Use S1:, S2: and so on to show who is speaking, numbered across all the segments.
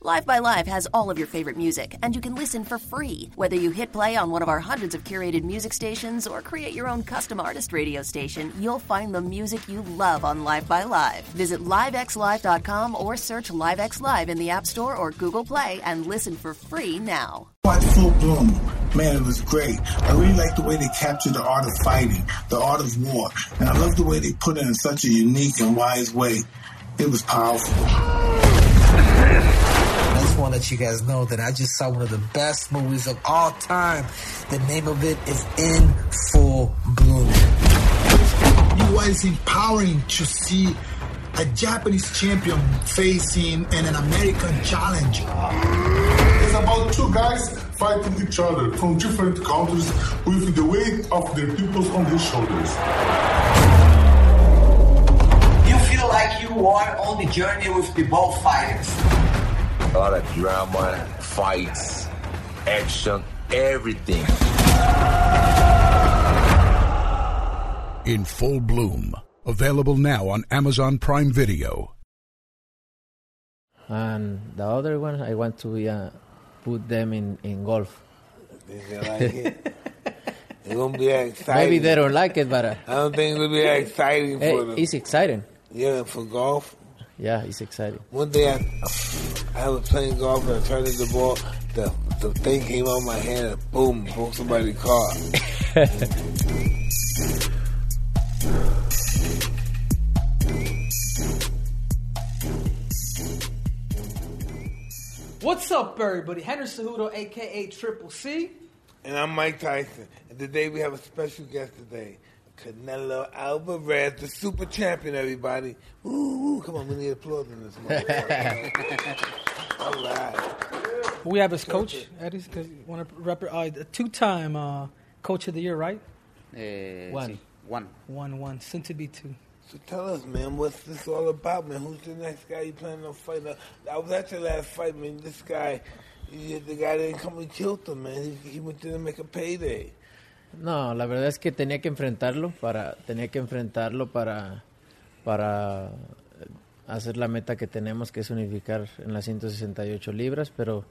S1: Live by Live has all of your favorite music, and you can listen for free, whether you hit play on one of our hundreds of curated music stations or create your own custom artist radio station. You'll find the music you love on Live by Live. Visit livexlive.com or search LiveX Live in the App Store or Google Play and listen for free now.
S2: Watch Full Bloom. Man, it was great. I really like the way they captured the art of fighting, the art of war, and I love the way they put it in such a unique and wise way. It was powerful.
S3: I just want to let you guys know that I just saw one of the best movies of all time. The name of it is In Full Bloom.
S4: It was empowering to see a Japanese champion facing an, an American challenge.
S5: It's about two guys fighting each other from different countries with the weight of their peoples on their shoulders.
S6: You feel like you are on the journey with the both fighters.
S7: A lot of drama, fights, action, everything.
S8: In Full Bloom. Available now on Amazon Prime Video.
S9: and the other one I want to be, uh, put them in, in golf.
S10: It's gonna be exciting.
S9: Maybe they don't like it, but uh,
S10: I don't think it'll be that exciting
S9: eh,
S10: for them.
S9: it's exciting.
S10: Yeah, for golf.
S9: Yeah, it's exciting.
S10: One day I, I was playing golf and I turned the ball. The, the thing came out my hand and boom, broke somebody's car.
S11: What's up, everybody? Henry Cejudo, aka Triple C.
S10: And I'm Mike Tyson. And today we have a special guest today, Canelo Alvarez, the super champion, everybody. Woo, woo, come on, we need applause in this motherfucker. All right.
S11: We have his coach, Eddie's, because you want to rep uh, a two time uh, coach of the year, right?
S12: Eh,
S9: One.
S12: sí, one.
S11: 1 1, soon to be 2.
S10: So tell us, man, what's this all about, man? Who's the next guy you planning on fighting? I was at your last fight, man. This guy, he- the guy didn't come and killed him, man. He, he went there to make a payday.
S9: No, la verdad es que tenía que enfrentarlo para tenía que enfrentarlo para para hacer la meta que tenemos que es unificar en las 168 libras, pero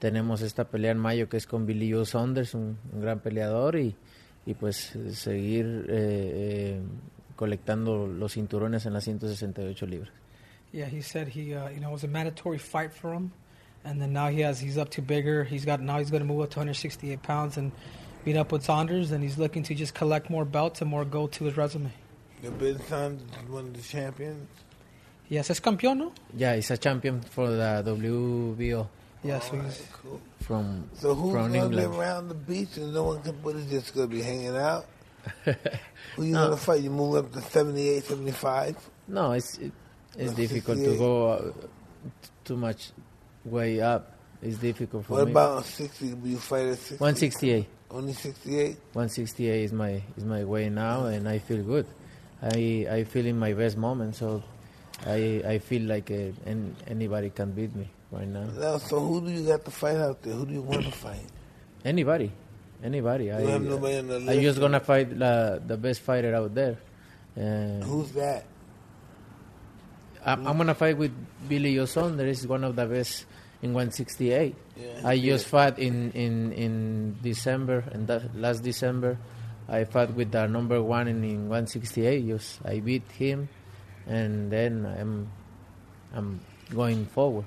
S9: tenemos esta pelea en mayo que es con Billy Joe Saunders, un, un gran peleador y y pues eh, seguir eh, eh, colectando los cinturones en las 168 libras.
S11: Yeah, he said he, uh, you know, it was a mandatory fight for him, and then now he has he's up to bigger. He's got now he's going to move up to 168 pounds and beat up with Saunders, and he's looking to just collect more belts and more gold to his resume.
S10: The big time one of the champions.
S11: Yes, es campeón, no?
S9: Yeah, he's a champion for the WBO
S11: Yes, so he's,
S9: from
S10: So who's
S9: from
S10: gonna be
S9: England.
S10: around the beach and no one can put it? Just gonna be hanging out. Who
S9: Uh,
S10: you gonna fight? You move up to 78, 75?
S9: No, it's it, it's
S10: Well,
S9: difficult
S10: 58.
S9: to go uh, t- too much way up. It's difficult for
S10: What
S9: me.
S10: about 60? Will you fight at 60?
S9: 168?
S10: Only 68?
S9: 168 is my is my way now, and I feel good. I I feel in my best moment, so I I feel like uh, an, anybody can beat me right now.
S10: Now, so who do you got to fight out there? Who do you want to fight?
S9: Anybody, anybody. I
S10: have nobody on the
S9: I
S10: list.
S9: just gonna fight la, the best fighter out there. Uh,
S10: Who's that?
S9: I'm, I'm gonna fight with Billy Yoson. There is one of the best in 168. I just fought in in in December and that last December, I fought with the number one in, in 168. Just I beat him, and then I'm I'm going forward.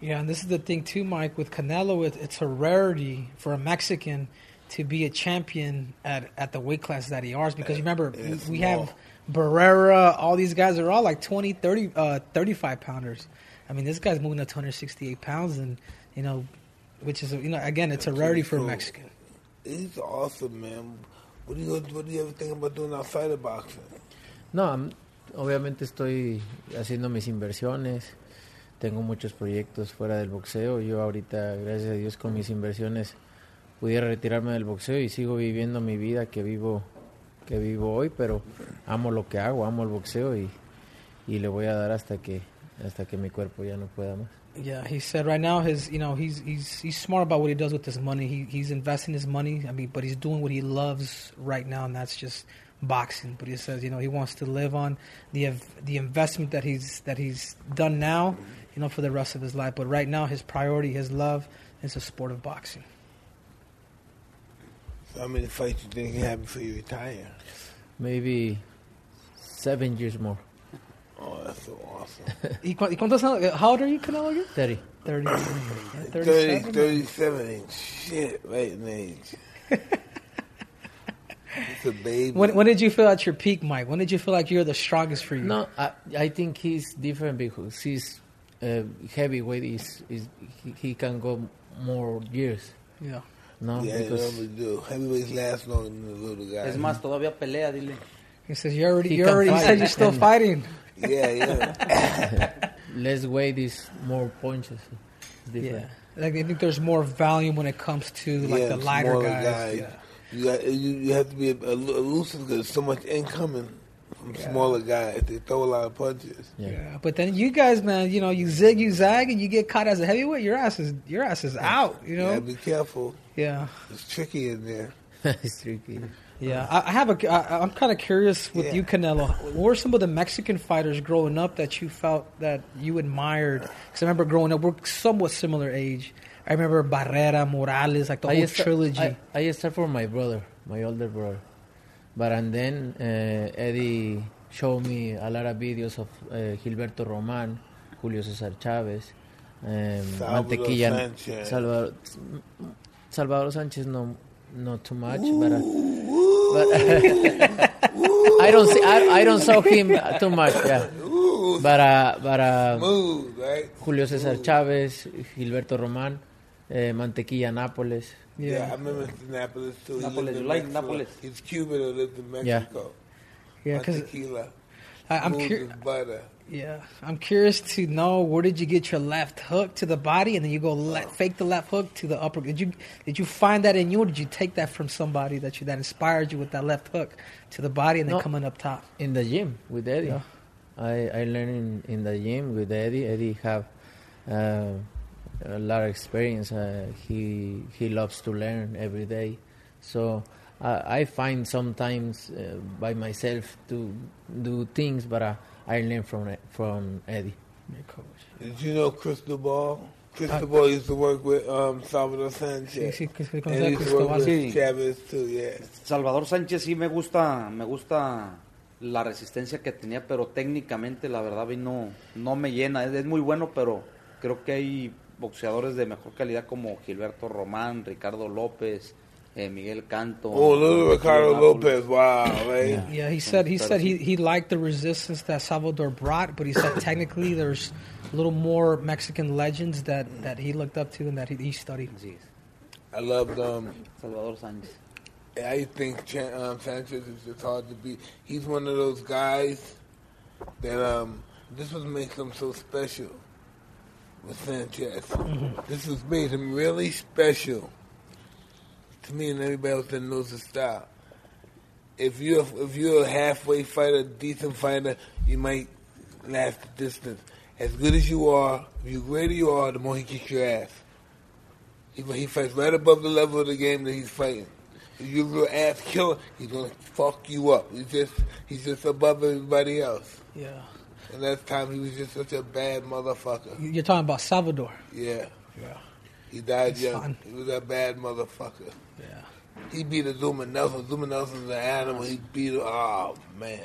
S11: yeah, and this is the thing too, Mike. With Canelo, it, it's a rarity for a Mexican to be a champion at, at the weight class that he is because remember we,
S10: it's
S11: we
S10: small.
S11: have Barrera. All these guys are all like 20, 30, uh, 35 pounders. I mean, this guy's moving up 268 pounds, and you know, which is you know again, it's a rarity for a
S10: cool.
S11: Mexican.
S10: He's awesome, man. What do you What do you ever think about doing outside of boxing?
S9: No, am- obviamente estoy haciendo mis inversiones. Tengo muchos proyectos fuera del boxeo. Yo ahorita, gracias a Dios, con mis inversiones pudiera retirarme del boxeo y sigo viviendo mi vida que vivo que vivo hoy, pero amo lo que hago, amo el boxeo y, y le voy a dar hasta que hasta que mi cuerpo ya no pueda más.
S11: Yeah, he said right now his you know he's he's he's smart about what he does with his money. He he's investing his money. I mean, but he's doing what he loves right now, and that's just boxing. But he says you know he wants to live on the ev- the investment that he's that he's done now. you know, for the rest of his life. But right now, his priority, his love, is the sport of boxing.
S10: So how many fights you think you have before you retire?
S9: Maybe seven years more.
S10: Oh, that's so awesome.
S11: He, cu- he cuántos años- how old are you, Canelo? Again?
S9: 30.
S11: 30.
S10: 30,
S11: 37?
S10: 37 ain't shit right in age. it's a baby.
S11: When, when did you feel at your peak, Mike? When did you feel like you're the strongest for you?
S9: No, I, I think he's different because he's uh, heavyweight. Is is he, he can go more years?
S11: Yeah.
S9: No,
S10: yeah,
S9: because
S10: normally do. Heavyweights last longer than the little guy.
S12: Es más, todavía pelea, dile.
S11: He says, you already,
S9: He
S11: you
S9: can
S11: already
S9: fight.
S11: said you're still fighting.
S10: Yeah, yeah.
S9: less weight is more punches. It's different.
S11: Like, I think there's more volume when it comes to, like, the
S10: it's
S11: lighter
S10: smaller
S11: guys.
S10: guys.
S11: Yeah.
S10: You, got, you you have to be el- elusive because so much incoming from smaller guys. They throw a lot of punches.
S11: Yeah, But then you guys, man, you know, you zig, you zag, and you get caught as a heavyweight, your ass is, your ass is out, you know?
S10: Yeah, be careful.
S11: Yeah.
S10: It's tricky in there.
S9: it's tricky.
S11: Yeah, I, I have a. I, I'm kind of curious with
S10: Yeah.
S11: you, Canelo. What were some of the Mexican fighters growing up that you felt that you admired? Because I remember growing up, we're somewhat similar age. I remember Barrera, Morales, like the whole
S9: used to-
S11: trilogy.
S9: Oh, I, I used to start for my brother, my older brother, but and then uh, Eddie showed me a lot of videos of uh, Gilberto Roman, Julio Cesar Chavez, um,
S10: Salvador
S9: Mantequilla,
S10: Sánchez.
S9: Salvador, Salvador Sanchez. No, not too much, but. Uh, but I don't see. I, I don't saw him too much. Yeah, but uh, but uh,
S10: Move, right?
S9: Julio Cesar Chávez, Gilberto Román, eh, Mantequilla Nápoles.
S10: Yeah, I remember Annapolis too. He
S12: Annapolis,
S10: lived in
S12: you like
S10: Mexico.
S12: Annapolis?
S10: He's Cuban and lived in
S9: Yeah.
S10: Mexico.
S11: Yeah,
S10: On
S11: 'cause-
S10: tequila.
S11: I- I'm
S10: Smooth
S11: cur-
S10: as butter.
S11: yeah, I'm curious to know where did you get your left hook to the body, and then you go le- fake the left hook to the upper. Did you did you find that in you, or did you take that from somebody that you that inspired you with that left hook to the body, and then
S9: No.
S11: coming up top?
S9: In the gym with Eddie.
S11: Yeah.
S9: I, I learned in, in the gym with Eddie. Eddie have uh, a lot of experience. Uh, he he loves to learn every day. So uh, I find sometimes uh, by myself to do things, but uh, I learn from from Eddie.
S10: Did you know Crystal Ball? Crystal Ball used to work with um, Salvador Sanchez.
S11: Sí, sí, que- que- que-
S10: and he used to work with
S12: Sí.
S10: Chavez too, yeah.
S12: Salvador Sánchez sí me gusta, me gusta la resistencia que tenía, pero técnicamente la verdad a mí no, no me llena. Es, es muy bueno, pero creo que hay boxeadores de mejor calidad como Gilberto Román, Ricardo López, eh, Miguel Canto.
S10: Oh, little Ricardo
S12: Nápoles.
S10: Lopez, wow, right?
S12: Yeah.
S11: Yeah, he said he said he, he liked the resistance that Salvador brought, but he said technically there's a little more Mexican legends that, that he looked up to and that he, he studied.
S12: Así es.
S10: I loved um,
S12: Salvador Sánchez.
S10: I think Chan, um, Sanchez is just hard to beat. He's one of those guys that um, this was makes him so special with Sanchez. This has made him really special to me and everybody else that knows his style. If you're if you're a halfway fighter, decent fighter, you might last the distance. As good as you are, if you greater you are, the more he kicks your ass. He, he fights right above the level of the game that he's fighting. If you're a real ass killer, he's gonna fuck you up. He's just he's just above everybody else.
S11: Yeah.
S10: And that time he was just such a bad motherfucker.
S11: You're talking about Salvador.
S10: Yeah. Yeah. He died
S11: It's
S10: young.
S11: fun.
S10: He was a bad motherfucker.
S11: Yeah.
S10: He beat a Zuma Nelson. Zuma Nelson's an animal. He beat him. Oh man.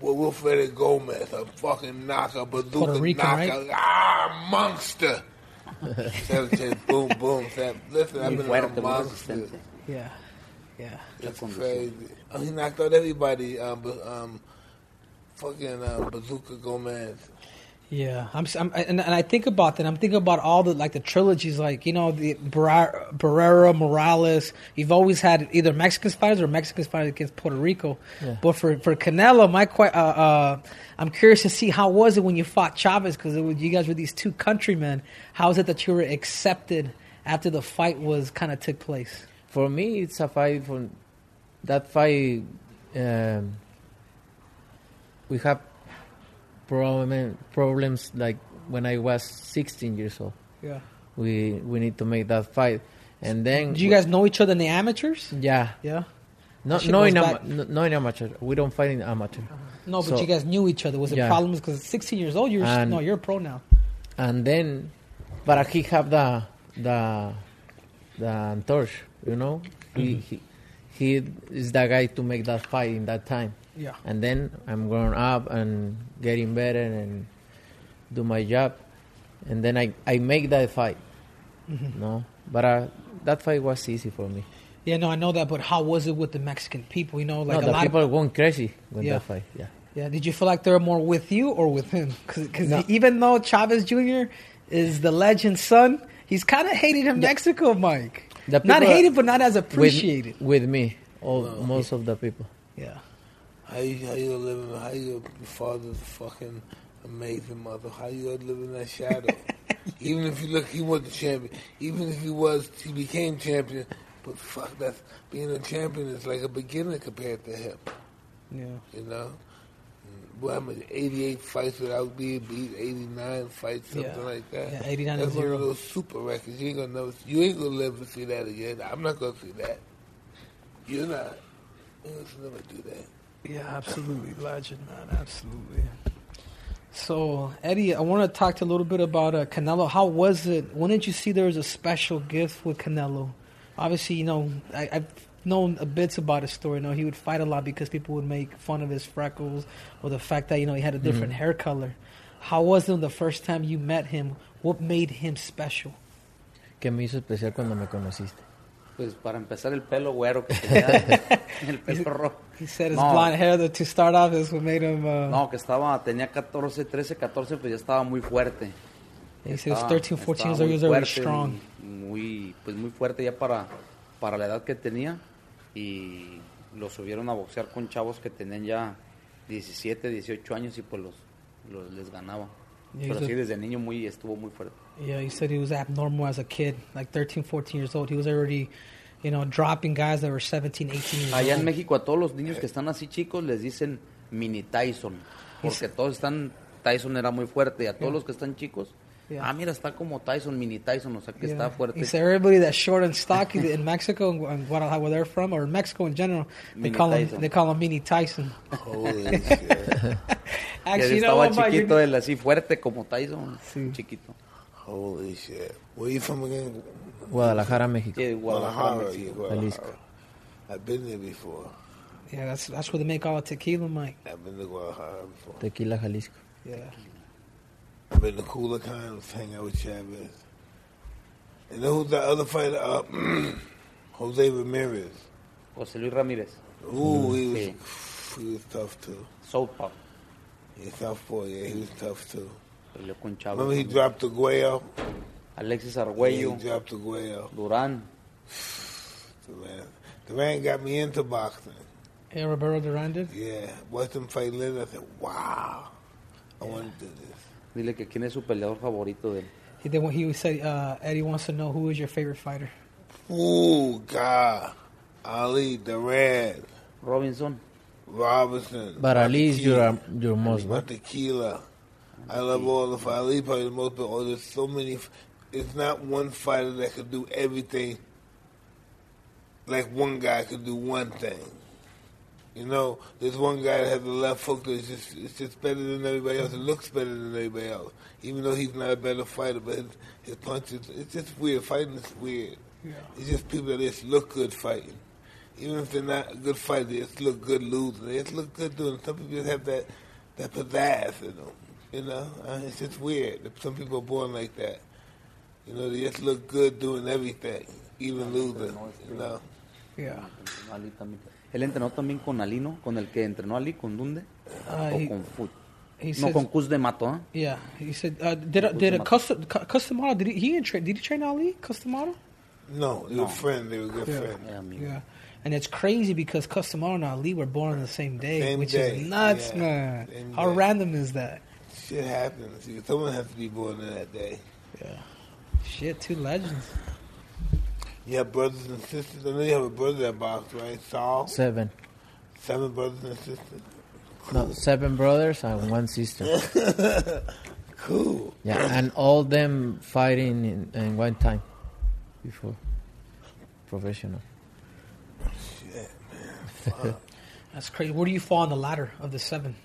S10: Well, Wilfredo Gomez, a fucking knocker, bazooka
S11: Rican,
S10: knocker,
S11: right?
S10: ah, monster. Sanchez, boom, boom. Sab- Listen, I've
S12: Muy
S10: been
S12: fuerte, muy
S10: a monster.
S12: resistente.
S11: Yeah. Yeah.
S10: That's
S12: Condition.
S10: crazy. Oh, he knocked out everybody. Um, but, um, fucking um, Bazooka Gomez.
S11: Yeah, I'm, s- I'm and, and I think about that. I'm thinking about all the like the trilogies, like you know the Barrera, Barrera Morales. You've always had either Mexican fighters or Mexican fighters against Puerto Rico.
S9: Yeah.
S11: But for for Canelo, my que- uh, uh, I'm curious to see how was it when you fought Chavez because you guys were these two countrymen. How is it that you were accepted after the fight was kind of took place?
S9: For me, it's a fight. For that fight, um, we have problem, problems like when I was 16 years old.
S11: Yeah.
S9: We we need to make that fight, and then
S11: Did you guys know each other in the amateurs?
S9: yeah,
S11: Yeah.
S9: no,
S11: That shit
S9: no,
S11: goes
S9: in ama-
S11: back- Uh-huh.
S9: no, no in amateur. We don't fight in amateur.
S11: No, but
S9: So-
S11: you guys knew each other. Was it
S9: Yeah.
S11: problems? Because 16 years old, you're
S9: And-
S11: no, you're a pro now.
S9: and then, but he have the the the torch, you know. He,
S11: Mhm.
S9: he he is the guy to make that fight in that time.
S11: Yeah.
S9: And then I'm growing up and getting better and do my job, and then I I make that fight.
S11: Mhm.
S9: No, but uh, that fight was easy for me.
S11: Yeah, no, I know that, but how was it with the Mexican people? You know, like a
S9: no, the
S11: lot.
S9: people
S11: Of,
S9: going crazy with
S11: Yeah.
S9: that fight. Yeah.
S11: yeah, did you feel like they were more with you or with him? Because
S9: No.
S11: even though Chavez Jr. is the legend's son, he's kind of hated in Mexico, Mike.
S9: The
S11: Not
S9: people-
S11: hated, but not as appreciated.
S9: with, with me. All, most of the people.
S11: Yeah.
S10: How you how you living? How you your father's a fucking amazing mother? How you gonna live in that shadow? Even if you look, he was the champion. Even if he was, he became champion. But fuck, that's being a champion is like a beginner compared to him.
S11: Yeah.
S10: You know, well, how many eighty-eight fights without being beat, eighty-nine fights, something
S11: Yeah.
S10: like that.
S11: Yeah, 89
S10: That's
S11: and
S10: one of
S11: zero.
S10: those super records. You ain't gonna never, you ain't gonna live to see that again. I'm not gonna see that. You're not. You ain't gonna never do that.
S11: Yeah, absolutely, legend, man, absolutely. So, Eddie, I want to talk to you a little bit about uh, Canelo. How was it? When did you see there was a special gift with Canelo? Obviously, you know, I, I've known a bit about his story. You know, he would fight a lot because people would make fun of his freckles or the fact that, you know, he had a different
S9: Mhm.
S12: Mm-hmm.
S11: hair color. How was it the first time you met him? What made him special?
S9: ¿Qué me hizo especial cuando me conociste?
S12: Pues para empezar el pelo güero que tenía, el pelo rojo.
S11: He said his
S12: No.
S11: blonde hair that to start off is what made him. Uh,
S12: No, que estaba, tenía 14, 13, 14, pues ya estaba muy fuerte.
S11: He says
S12: Estaba-
S11: 13, 14 years old,
S12: estaba
S11: he was
S12: muy
S11: already
S12: fuerte,
S11: strong.
S12: Muy, pues muy fuerte ya para, para la edad que tenía. Y lo subieron a boxear con chavos que tenían ya 17, 18 años y pues los, los les ganaba.
S11: Y
S12: Pero
S11: hizo-
S12: sí, desde niño muy estuvo muy fuerte.
S11: Yeah, he said he was abnormal as a kid, like 13, 14 years old. He was already, you know, dropping guys that were 17, 18 years
S12: Allá en
S11: old.
S12: México a todos los niños que están así chicos les dicen mini Tyson, porque todos están, Tyson era muy fuerte, y a todos
S11: Yeah.
S12: los que están chicos,
S11: Yeah.
S12: ah, mira, está como Tyson, mini Tyson, o sea que está
S11: Yeah.
S12: fuerte.
S11: He said everybody that's short and stocky in Mexico and, Gu- and Guadalajara, where they're from, or in Mexico in general, they
S12: Mini
S11: call him
S12: Tyson.
S11: they call him Mini Tyson.
S12: Holy shit.
S11: Actually, you know
S12: estaba
S11: what, Mike, you-
S12: chiquito, eh. él así fuerte como Tyson, chiquito.
S10: Holy shit. Where you from again?
S9: Guadalajara, México.
S12: Yeah, Guadalajara,
S10: Guadalajara,
S12: Mexico.
S10: yeah, Guadalajara.
S9: Jalisco.
S10: I've been there before.
S11: Yeah, that's that's where they make all the tequila, Mike.
S10: I've been to Guadalajara before.
S9: Tequila, Jalisco.
S11: Yeah.
S10: I've been to cooler times, hang out with Chavez. And then who's the other fighter? Uh, Jose Ramirez.
S12: José Luis Ramírez.
S10: Ooh, he was,
S12: Sí.
S10: he was tough too.
S12: Southpaw.
S10: Yeah, Southpaw, yeah, he was tough too.
S12: Peleó con Chávez.
S10: Remember he dropped the Guayo?
S12: Alexis
S10: Yeah,
S12: Arguello,
S10: he dropped the Guayo.
S12: Durán.
S10: Durant. Durant got me into boxing.
S11: Hey, Roberto Duran did?
S10: Yeah, watched him fight Leonard. I said, wow, I want to do this.
S12: Dile que quién es su peleador favorito de él.
S11: He did. When he said uh, Eddie wants to know who is your favorite fighter.
S10: Ooh, God. Ali, Durant,
S12: Robinson.
S10: Robinson.
S9: But at least
S10: Tequila.
S9: you're, you're most,
S10: My
S9: right?
S10: tequila. I love all the fight. Ali probably the most, but oh, there's so many. It's not one fighter that could do everything like one guy could do one thing. You know, there's one guy that has the left hook that's just it's just better than everybody else. It looks better than everybody else, even though he's not a better fighter. But his, his punches, it's just weird. Fighting is weird. It's just people that just look good fighting. Even if they're not a good fighter, they just look good losing. They just look good doing. it. Some people just have that that pizzazz in them. You know, uh, it's just weird. Some people are born like that. You know, they just look good doing everything, even losing. You know.
S11: Yeah.
S12: Ali también. Él entrenó también con Alino, con el que entrenó Ali, con Dunde.
S11: Ah,
S12: o
S11: he-
S12: con Foot.
S11: he
S12: No,
S11: says-
S12: con Cus de Mato, ¿ah?
S11: Yeah, he said. Uh, did uh,
S12: Who's
S11: did
S12: the
S11: a
S12: mo-
S11: custom cu- custom model? Did he, he train? Did he train Ali custom model?
S10: No, they were friends. They were good
S11: Yeah.
S10: friends.
S11: Yeah. And it's crazy because Custamaro and Ali were born on the same day,
S10: Same
S11: which
S10: day,
S11: is nuts,
S10: yeah.
S11: man.
S10: Same
S11: How
S10: day.
S11: random is that?
S10: Shit happens. You- Someone has to be born in that day.
S11: Yeah. Shit, two legends.
S10: You have brothers and sisters. I know you have a brother that boxed, right? Saul.
S9: Seven.
S10: Seven brothers and sisters.
S9: No, seven brothers and one sister.
S10: cool.
S9: Yeah, and all them fighting in, in one time before. Professional.
S11: That's crazy. Where do you fall on the ladder of the seven?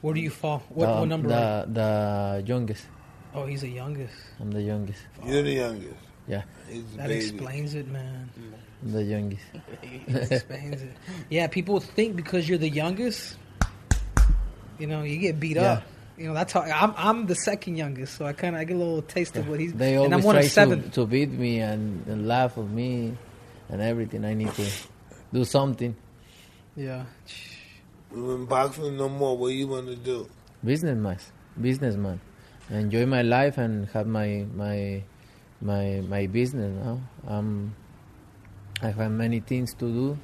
S11: Where do you fall? What,
S9: Um, the,
S11: what number?
S9: The, the youngest.
S11: are Oh, he's the youngest.
S9: I'm the youngest.
S10: You're the youngest.
S9: Yeah.
S11: That explains it, man.
S9: I'm the youngest.
S11: That explains it. Yeah, people think because you're the youngest, you know, you get beat
S9: Yeah.
S11: up. You know, that's how I'm. I'm the second youngest, so I kind of I get a little taste of what he's.
S9: They
S11: and I'm
S9: always
S11: one
S9: try
S11: of seven.
S9: to, to beat me and, and laugh at me and everything. I need to do something.
S11: Yeah.
S10: We're in boxing no more. What you want to do?
S9: Businessman, businessman. Enjoy my life and have my my my my business. No? Um, I have many things to do.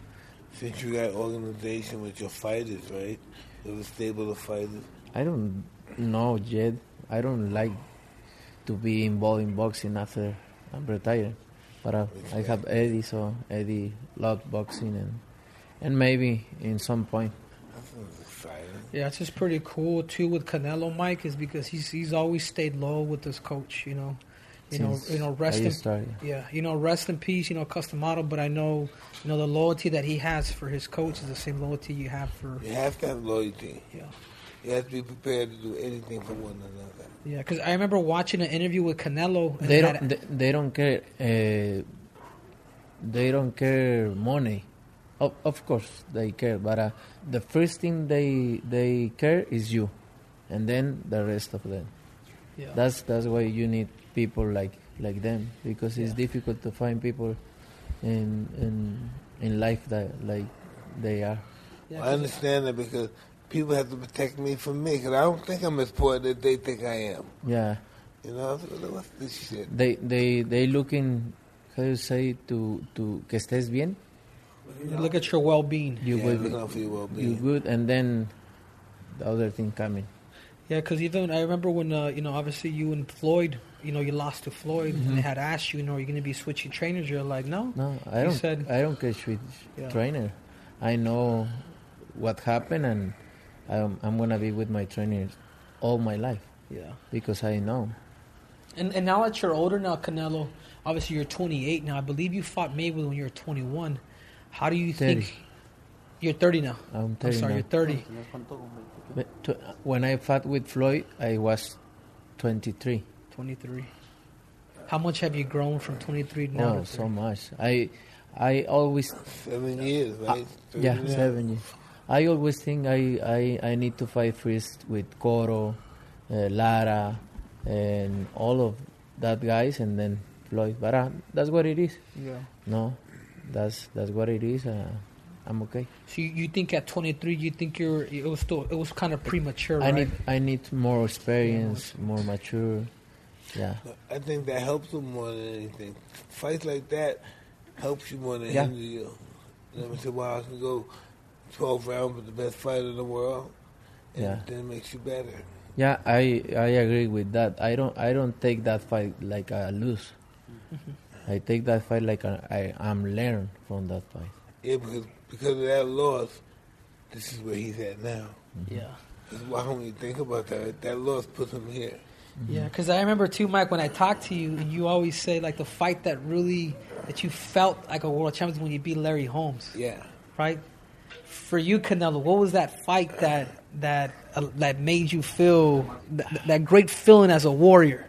S10: Since you got organization with your fighters, right? You have a stable of fighters.
S9: I don't know yet. I don't like to be involved in boxing after I'm retired. But I, I have Eddie, so Eddie loved boxing and and maybe in some point.
S10: That sounds exciting.
S11: Yeah, it's just pretty cool too with Canelo Mike is because he's he's always stayed low with his coach, you know. You know,
S9: Since
S11: you know, rest
S9: I
S11: in,
S9: started.
S11: yeah, you know, rest in peace, you know, Customato, but I know, you know, the loyalty that he has for his coach is the same loyalty you have for
S10: You have to have loyalty.
S11: Yeah.
S10: You have to be prepared to do anything for one another.
S11: Yeah, because I remember watching an interview with Canelo. and
S9: They
S11: that-
S9: don't they, they don't care. Uh, they don't care money. Of, of course they care, but uh, the first thing they they care is you, and then the rest of them.
S11: Yeah.
S9: That's that's why you need people like like them because it's difficult to find people in in in life that like they are.
S10: I understand that because people have to protect me from me because I don't think I'm as important as they think I am.
S9: Yeah.
S10: You know, what's this shit?
S9: They they they looking how you say to to que estés bien.
S11: You look at your well-being.
S9: You
S11: Yeah,
S9: good.
S11: look out for your well-being.
S9: You good, and then the other thing coming.
S11: Yeah, because even I remember when uh, you know, obviously you and Floyd, you know, you lost to Floyd,
S9: Mhm.
S11: and they had asked you, you know, are you going to be switching trainers? You're like, no,
S9: No, I
S11: You
S9: don't.
S11: said-
S9: I don't catch with
S11: Yeah.
S9: trainer. I know what happened, and I'm, I'm gonna be with my trainers all my life.
S11: Yeah.
S9: Because I know.
S11: And, and now that you're older now, Canelo, obviously you're 28 now. I believe you fought Mayweather when you were 21. How do you
S9: 30.
S11: think you're 30 now?
S9: I'm 30
S11: sorry,
S9: Uh, now.
S11: you're 30.
S9: But to- When I fought with Floyd, I was 23.
S11: 23. How much have you grown from 23 now?
S9: oh,
S11: to
S9: so much. I I always
S10: seven years, right?
S9: yeah,
S10: Seven years.
S9: seven years. I always think I, I, I need to fight first with Coro, uh, Lara, and all of that guys, and then Floyd. But uh, that's what it is.
S11: Yeah.
S9: No, that's that's what it is. Uh, I'm okay.
S11: 30? So you, you think at 23 you think you're it was still it was kind of premature,
S9: I
S11: right?
S9: need I need more experience, more mature. Yeah.
S10: I think that helps them more than anything. Fights like that helps you more than
S9: Yeah.
S10: hinder you. You know, I said, wow, I can go 12 rounds with the best fighter in the world, and
S9: Yeah.
S10: then it makes you better.
S9: Yeah, I I agree with that. I don't I don't take that fight like a lose. I take that fight like a, I I'm learn from that fight.
S10: Yeah, because, because of that loss, this is where he's at now.
S11: Yeah.
S10: That's why when you think about that, that loss puts him here.
S11: Yeah, because I remember too, Mike, when I talked to you, and you always say like the fight that really that you felt like a world champion when you beat Larry Holmes.
S10: Yeah.
S11: Right. For you, Canelo, what was that fight that that uh, that made you feel that, that great feeling as a warrior?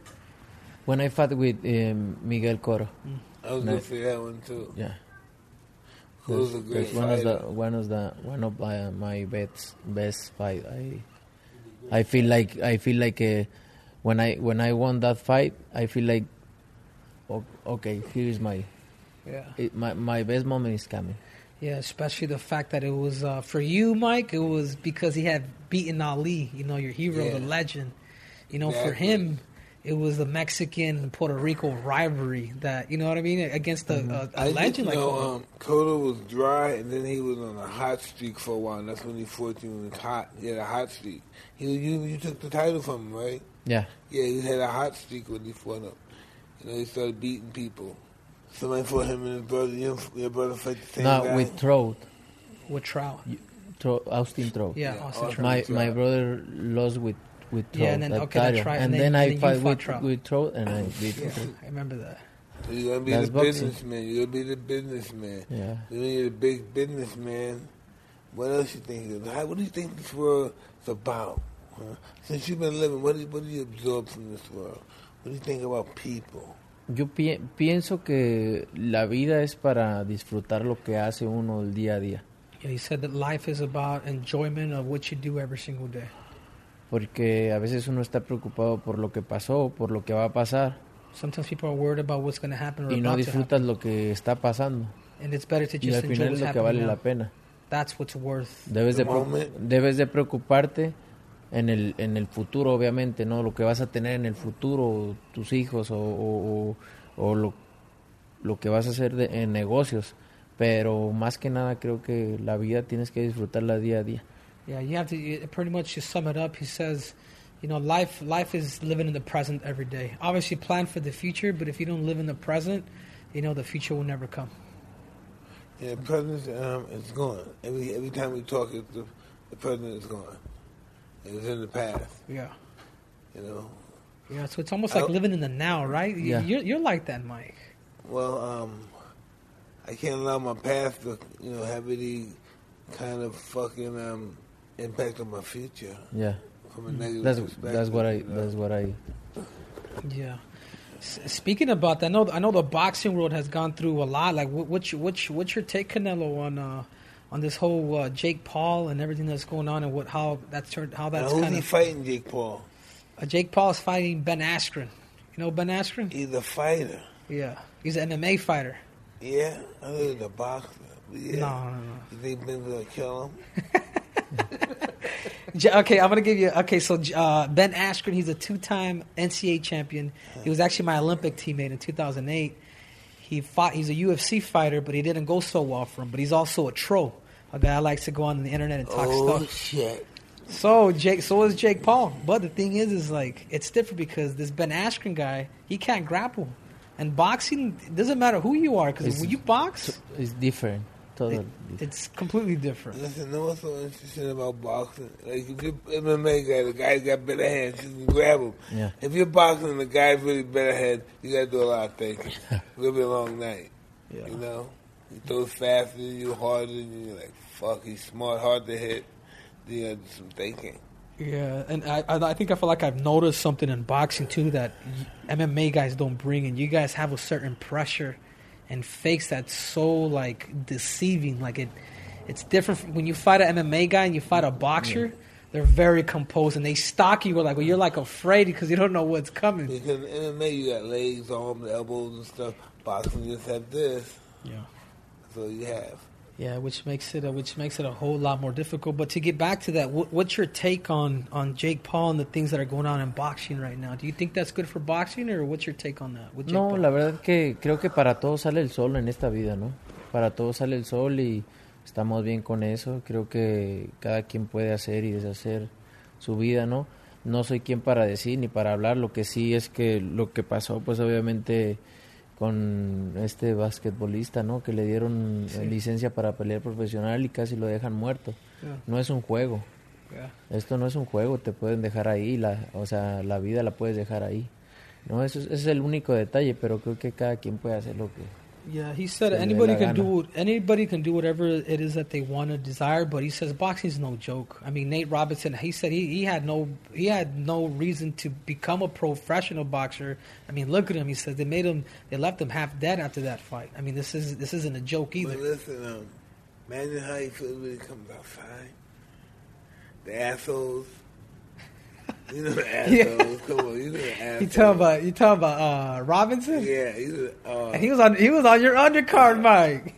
S9: When I fought with um, Miguel Coro,
S10: I was
S9: No,
S10: going to say that one too.
S9: Yeah.
S10: Who's
S9: That's-
S10: a great
S9: that's one of the
S10: fighter?
S9: one of the one of my, my best best fight. I I feel like I feel like uh when I when I won that fight, I feel like o- okay, here is my
S11: Yeah.
S9: it, my my best moment is coming.
S11: Yeah, especially the fact that it was uh, for you, Mike. It was because he had beaten Ali, you know, your hero, the
S9: Yeah.
S11: legend. You know, for
S9: Exactly.
S11: him, it was the Mexican Puerto Rico rivalry that you know what I mean against the uh, a
S10: Mm-hmm. I
S11: legend
S10: legend
S11: like
S10: know,
S11: that.
S10: um, Cotto was dry, and then he was on a hot streak for a while. And that's when he fought you when it's hot. He had a hot streak. He, you, you took the title from him, right?
S9: Yeah.
S10: Yeah, he had a hot streak when he fought him. You know, he started beating people. Somebody fought him and his brother. Your, your brother fought the same
S9: Now
S10: guy.
S9: with Trout,
S11: with Trout.
S9: Tro- Austin Trout.
S11: Yeah, Yeah, Austin Austin
S9: Oh, My
S11: Trout.
S9: my brother lost with with Trout.
S11: Yeah, and then-
S9: that
S11: okay, that's
S9: title.
S11: right, and
S9: And, then,
S11: then-
S9: I
S11: and then you
S9: fight
S11: fought
S9: with
S11: Trout.
S9: with Trout, and I beat.
S11: Yeah,
S9: Trout.
S11: I remember that.
S10: So you're gonna be
S9: That's
S10: the
S9: boxing.
S10: businessman. You're gonna be the businessman.
S9: Yeah.
S10: You're gonna be the big businessman. What else you think? How, what do you think this world is about? Huh? Since you've been living, what do you, what do you absorb from this world? What do you think about people?
S9: Yo pi- pienso que la vida es para disfrutar lo que hace uno el día a día.
S11: Yeah, he said that life is about enjoyment of what you do every single day.
S9: Porque a veces uno está preocupado por lo que pasó, por lo que va a pasar,
S11: Sometimes people are worried about what's going to happen or
S9: y no
S11: about to happen,
S9: disfrutas lo que está pasando.
S11: and it's better to
S9: Y
S11: just
S9: al
S11: enjoy
S9: final
S11: what's
S9: es lo que
S11: happening
S9: vale
S11: now.
S9: la pena.
S11: That's what's worth.
S9: Debes de,
S11: the
S9: preocu-
S11: moment.
S9: debes de preocuparte en el, en el futuro, obviamente, ¿no? Lo que vas a tener en el futuro, tus hijos o, o- o- o lo, lo que vas a hacer de- en negocios. Pero más que nada creo que la vida tienes que disfrutarla día a día.
S11: Yeah, you have to you, pretty much just sum it up. He says, you know, life life is living in the present every day. Obviously, plan for the future, but if you don't live in the present, you know the future will never come.
S10: Yeah, the president um, is gone. Every every time we talk, it's the, the president is gone. It's in the past.
S11: Yeah.
S10: You know.
S11: Yeah, so it's almost like
S10: Oh.
S11: living in the now, right?
S10: Yeah.
S11: Yeah. You're, you're like that, Mike.
S10: Well, um, I can't allow my past to, you know, have any kind of fucking um, impact on my future.
S9: Yeah.
S10: From a negative
S9: Mm-hmm. That's,
S10: perspective.
S9: that's what I, that's what I
S11: Yeah. S- speaking about that, I know I know the boxing world has gone through a lot. Like, what, what's your, what's your, what's your take, Canelo, on uh, on this whole uh, Jake Paul and everything that's going on, and what how that's turned how
S10: Now,
S11: that's
S10: who's
S11: kind
S10: he
S11: of
S10: fighting, Jake Paul?
S11: Uh, Jake Paul is fighting Ben Askren. You know Ben Askren?
S10: He's a fighter.
S11: Yeah, he's an MMA fighter.
S10: Yeah, I know he's a boxer. but Yeah.
S11: No, no, no.
S10: You think Ben's gonna kill him?
S11: J- okay, I'm gonna give you. Okay, so uh, Ben Askren, he's a two-time NCAA champion. He was actually my Olympic teammate in 2008. He fought. He's a UFC fighter, but he didn't go so well for him. But he's also a troll, a guy that likes to go on the internet and talk
S10: oh
S11: stuff.
S10: shit!
S11: So Jake, so is Jake Paul. But the thing is, is like it's different because this Ben Askren guy, he can't grapple, and boxing it doesn't matter who you are because
S9: It's-
S11: when you box,
S9: It's different. Totally.
S11: it's completely different.
S10: Listen, know what's so interesting about boxing? Like, if you're MMA guy, the guy's got better hands, you can grab him.
S9: Yeah.
S10: If you're boxing, the guy's really better head, you gotta do a lot of thinking. It'll be a long night. You know? He throws faster than you, harder than you. You're like, fuck, he's smart, hard to hit. Then you gotta do some thinking.
S11: Yeah, and I, I I think I feel like I've noticed something in boxing too that y- MMA guys don't bring, and you guys have a certain pressure and fakes that's so like deceiving. Like it, it's different from- when you fight an MMA guy and you fight a boxer. They're very composed and they stalk you. Like well, you're like afraid because you don't know what's coming.
S10: Because in MMA, you got legs, arms, elbows, and stuff. Boxing, you just have this.
S11: Yeah.
S10: That's all you have.
S11: Yeah, which makes it a, which makes it a whole lot more difficult. But to get back to that, what, what's your take on on Jake Paul and the things that are going on in boxing right now? Do you think that's good for boxing, or what's your take on that? With Jake
S9: No,
S11: Paul?
S9: la verdad que creo que para todos sale el sol en esta vida, ¿no? Para todos sale el sol y estamos bien con eso. Creo que cada quien puede hacer y deshacer su vida, ¿no? No soy quien para decir ni para hablar. Lo que sí es que lo que pasó, pues obviamente con este basquetbolista, ¿no? Que le dieron eh,
S11: Sí.
S9: licencia para pelear profesional y casi lo dejan muerto.
S11: Yeah.
S9: No es un juego.
S11: Yeah.
S9: Esto no es un juego, te pueden dejar ahí, la, o sea, la vida la puedes dejar ahí. No, eso es, ese es el único detalle, pero creo que cada quien puede hacer lo que...
S11: Yeah, he said
S9: Se le dé
S11: anybody
S9: la
S11: can
S9: gana.
S11: do what- anybody can do whatever it is that they want to desire, but he says boxing's no joke. I mean, Nate Robinson, he said he, he had no he had no reason to become a professional boxer. I mean, look at him. He said they made him they left him half dead after that fight. I mean, this is this isn't a joke
S10: But
S11: either.
S10: listen, um, imagine how he feels when he comes outside. The assholes. You know the
S11: Yeah.
S10: assholes. Come on, you know the assholes.
S11: You talking about you talking about uh, Robinson?
S10: Yeah, he's a, uh,
S11: And he was on he was on your undercard, Mike.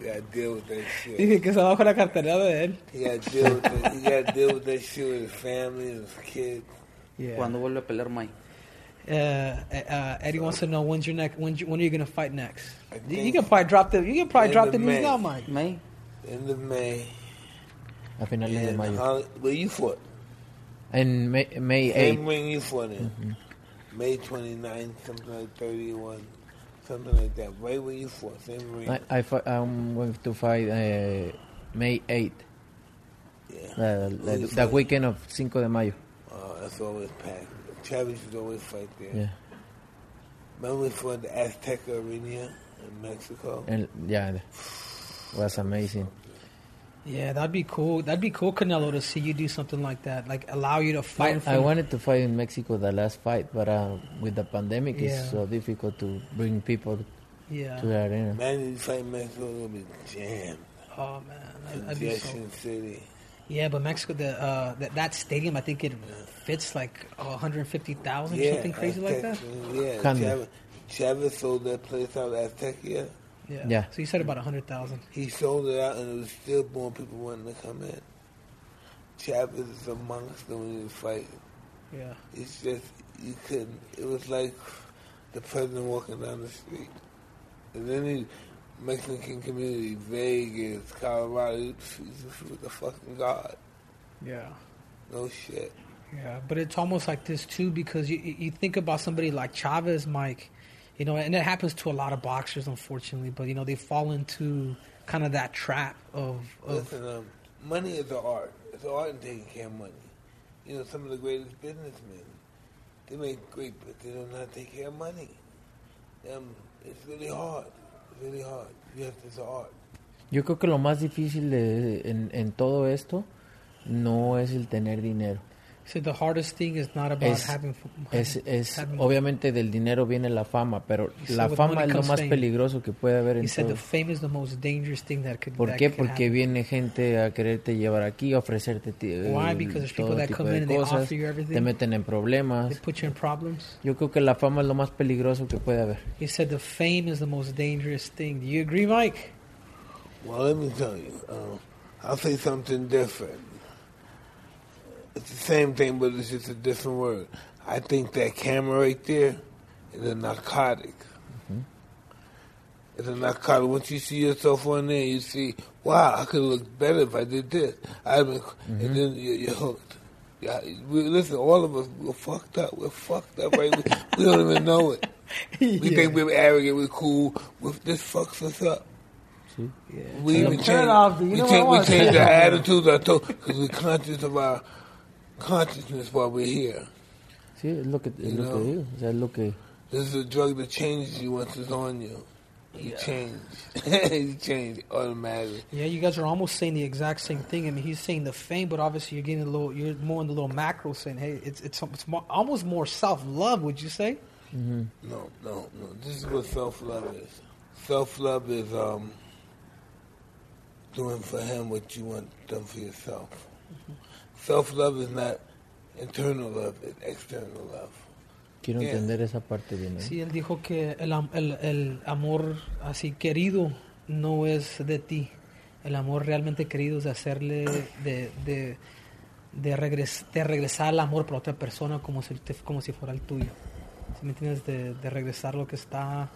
S10: You gotta deal with that shit.
S11: Dije que se abajo la cartera de él.
S10: He gotta deal with that. He gotta deal with that shit with his family and his kids.
S11: Yeah.
S12: ¿Cuándo vuelve a pelear Mike?
S11: Uh, uh, Eddie wants to know when's your next when when are you gonna fight next? You, you
S10: think-
S11: can probably drop the you can probably
S10: End
S11: drop
S10: of
S11: the news
S10: May.
S11: now, Mike.
S12: May.
S10: End of May.
S9: A finales de
S10: And
S9: mayo.
S10: how- where you fought?
S9: En May, May
S10: Same
S9: 8.
S10: ring you fought in. May 29th, something like 31. Something like that. Right where you fought. Same ring.
S9: I, I fi- I'm going to fight eh, May 8. The, the-
S10: Who's
S9: the
S10: fighting?
S9: weekend of 5 de mayo.
S10: Oh, that's always packed. Travis is always fight there.
S9: Yeah.
S10: Remember we fought the Azteca Arena in Mexico?
S9: En- yeah, was amazing.
S11: Yeah, that'd be cool. That'd be cool, Canelo, to see you do something like that. Like allow you to fight.
S9: I
S11: from-
S9: wanted to fight in Mexico the last fight, but uh, with the pandemic,
S11: Yeah.
S9: it's so difficult to bring people
S11: Yeah.
S9: to the arena.
S10: Man, you fight Mexico, it'll be jammed.
S11: Oh man, I- I'd be so.
S10: Congestion City.
S11: Yeah, but Mexico, the uh, that that stadium, I think it fits like 150,000 or something crazy like that.
S10: Aztec- Yeah,
S9: Kinda.
S10: Chavez, Chavez sold that place out at Azteca.
S11: Yeah.
S9: Yeah.
S11: So you said about 100,000.
S10: He sold it out, and it was still more people wanting to come in. Chavez is a monster when he was fighting.
S11: Yeah.
S10: It's just you couldn't. It was like the president walking down the street. And then the Mexican community, Vegas, Colorado, he's with the fucking god.
S11: Yeah.
S10: No shit.
S11: Yeah, but it's almost like this too because you you think about somebody like Chavez, Mike, you know, and it happens to a lot of boxers, unfortunately. But you know, they fall into kind of that trap of, of
S10: Listen, um, money is an art. It's an art in taking care of money. You know, some of the greatest businessmen, they make great, but they don't know how to take care of money. Um, it's really hard. It's really hard. You have to, it's an art.
S9: Yo creo que lo más difícil de- en, en todo esto no es el tener dinero.
S11: so the hardest thing is not about
S9: Es-
S11: having,
S9: es, es-
S11: having-
S9: obviamente del dinero viene la fama, pero
S11: He
S9: la
S11: said with
S9: fama
S11: money
S9: es lo
S11: comes
S9: más
S11: fame.
S9: peligroso que puede haber en
S11: He said
S9: todo.
S11: the fame is the most dangerous thing that could.
S9: ¿Por
S11: that
S9: qué?
S11: could
S9: Porque
S11: happen.
S9: viene gente a quererte llevar aquí, a ofrecerte ti- eh,
S11: Why? Because there's people
S9: todo
S11: that
S9: tipo
S11: come
S9: de
S11: in and they
S9: cosas,
S11: offer you everything.
S9: te meten en
S11: they
S9: problemas.
S11: put you in problems.
S9: Yo creo que la fama es lo más peligroso que puede haber.
S11: He said the fame is the most dangerous thing. Do you agree, Mike?
S10: Well, let me tell you, um, I'll say something different. It's the same thing, but it's just a different word. I think that camera right there is a narcotic. It's a narcotic. Once you see yourself on there, you see, wow, I could look better if I did this. I mean, And then you- you're hooked. Yeah, we, listen, all of us, we're fucked up. We're fucked up, right? we, we don't even know it. We think we're arrogant, we're cool. we this fucks us up. We
S13: Turn
S10: even
S13: off
S10: change,
S13: the- you
S10: we
S13: know
S10: change,
S13: what I
S10: we
S13: want?
S10: change our attitudes, our thoughts, because we're conscious of our consciousness while we're here.
S9: Sí, es lo que, es
S10: You
S9: lo que
S10: know.
S9: digo. O sea, es lo que...
S10: This is a drug that changes you once it's on you. You change. you change automatically.
S11: Yeah, you guys are almost saying the exact same thing. I mean, he's saying the fame, but obviously you're getting a little, you're more in the little macro saying, hey, it's it's, it's more, almost more self love, would you say?
S10: No, no, no. This is what self love is. Self love is um doing for him what you want done for yourself. Self love is not internal love, it's external love.
S9: Quiero
S10: Yeah.
S9: entender esa parte bien. ¿eh?
S11: Sí, él dijo que el, am- el, el amor así querido no es de ti. El amor realmente querido es de hacerle, de, de, de, regres- de regresar el amor para otra persona como si, te- como si fuera el tuyo. ¿Sí me entiendes? De, de regresar lo que está,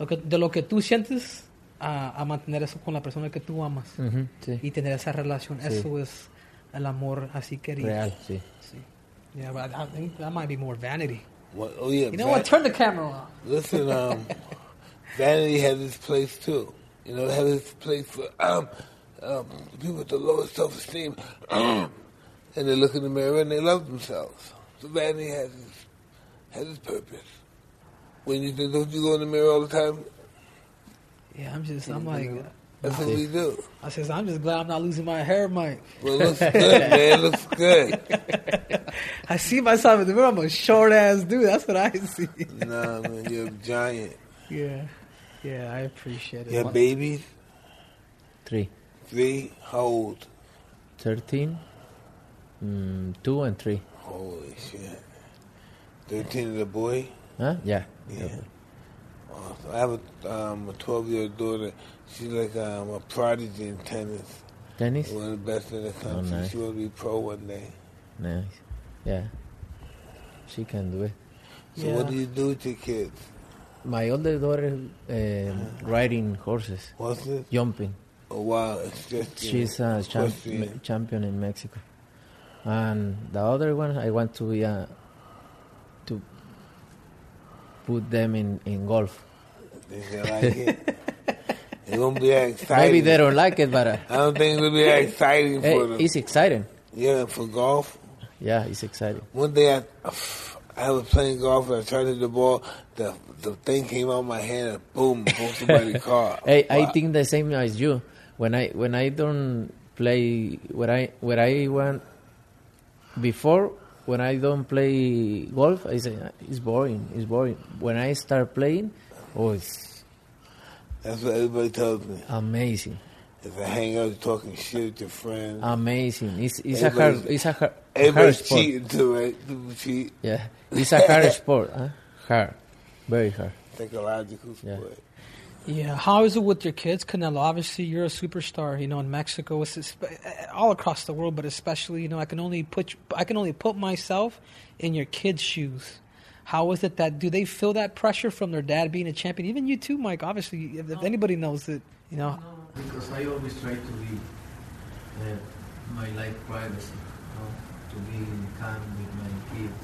S11: lo que, de lo que tú sientes a, a mantener eso con la persona que tú amas.
S9: Ujú, sí.
S11: Y tener esa relación.
S9: Sí.
S11: Eso es el amor así querido.
S9: Real, sí.
S11: Yeah, but I, I think that might be more vanity.
S10: What, oh yeah.
S11: You know what?
S10: va-
S11: Turn the camera on.
S10: Listen, um, vanity has its place too. You know, it has its place for um, um, people with the lowest self-esteem, and they look in the mirror and they love themselves. So vanity has its, has its purpose. When you do- don't you go in the mirror all the time?
S11: Yeah, I'm just, I'm like,
S10: That's what we do.
S11: I says, I'm just glad I'm not losing my hair, Mike.
S10: Well, it looks good, man. It looks good.
S11: I see myself in the mirror. I'm a short ass dude. That's what I see.
S10: nah, man, you're a giant.
S11: Yeah, yeah, I appreciate it.
S10: Your babies,
S9: Three.
S10: three, how old?
S9: 13, mm, two and three.
S10: Holy shit. 13 is a boy?
S9: ¿Ah? Ya.
S10: Yeah. Oh, I have a, um, a 12 year old daughter. She's like um, a prodigy in tennis.
S9: Tennis?
S10: One of the best in the
S9: Oh,
S10: country.
S9: nice.
S10: She will be pro one day.
S9: Nice. Yeah. She can do it.
S10: So, what do you do with your kids?
S9: My older daughter um, riding horses.
S10: Horses?
S9: Jumping.
S10: Oh, wow. It's just.
S9: She's uh, a champ-
S10: Equestrian.
S9: champion in Mexico. And the other one, I want to be a, to put them in, in golf.
S10: They gonna like it. It's going to be exciting.
S9: Maybe they don't like it, but uh,
S10: I don't think it'll be that exciting
S9: eh,
S10: for them.
S9: it's exciting.
S10: Yeah, for golf.
S9: Yeah, it's exciting.
S10: One day I, I was playing golf and I tried to hit the ball. The the thing came out of my hand and boom, broke somebody's car.
S9: Hey, I
S10: Wow.
S9: think the same as you. When I when I don't play when I when I went before when I don't play golf. I say "Ah, it's boring. It's boring. When I start playing, oh, it's
S10: That's what everybody tells me.
S9: amazing,
S10: If I hang out talking shit with your friends.
S9: Um, amazing. It's it's a hard
S10: Everybody's-
S9: it's a hard, hard
S10: Everybody's
S9: sport.
S10: cheating too, right? People cheat.
S9: Yeah, it's a hard sport. Huh? Hard, very hard.
S10: Psychological sport.
S11: Yeah, how is it with your kids, Canelo? Obviously, you're a superstar, you know, in Mexico, it's it's- all across the world, but especially, you know, I can only put I can only put myself in your kids' shoes. How is it that do they feel that pressure from their dad being a champion? Even you too, Mike. Obviously, if, if anybody knows that, you know.
S13: Because I always try to live uh, my life privacy, you know, to be calm with my kids.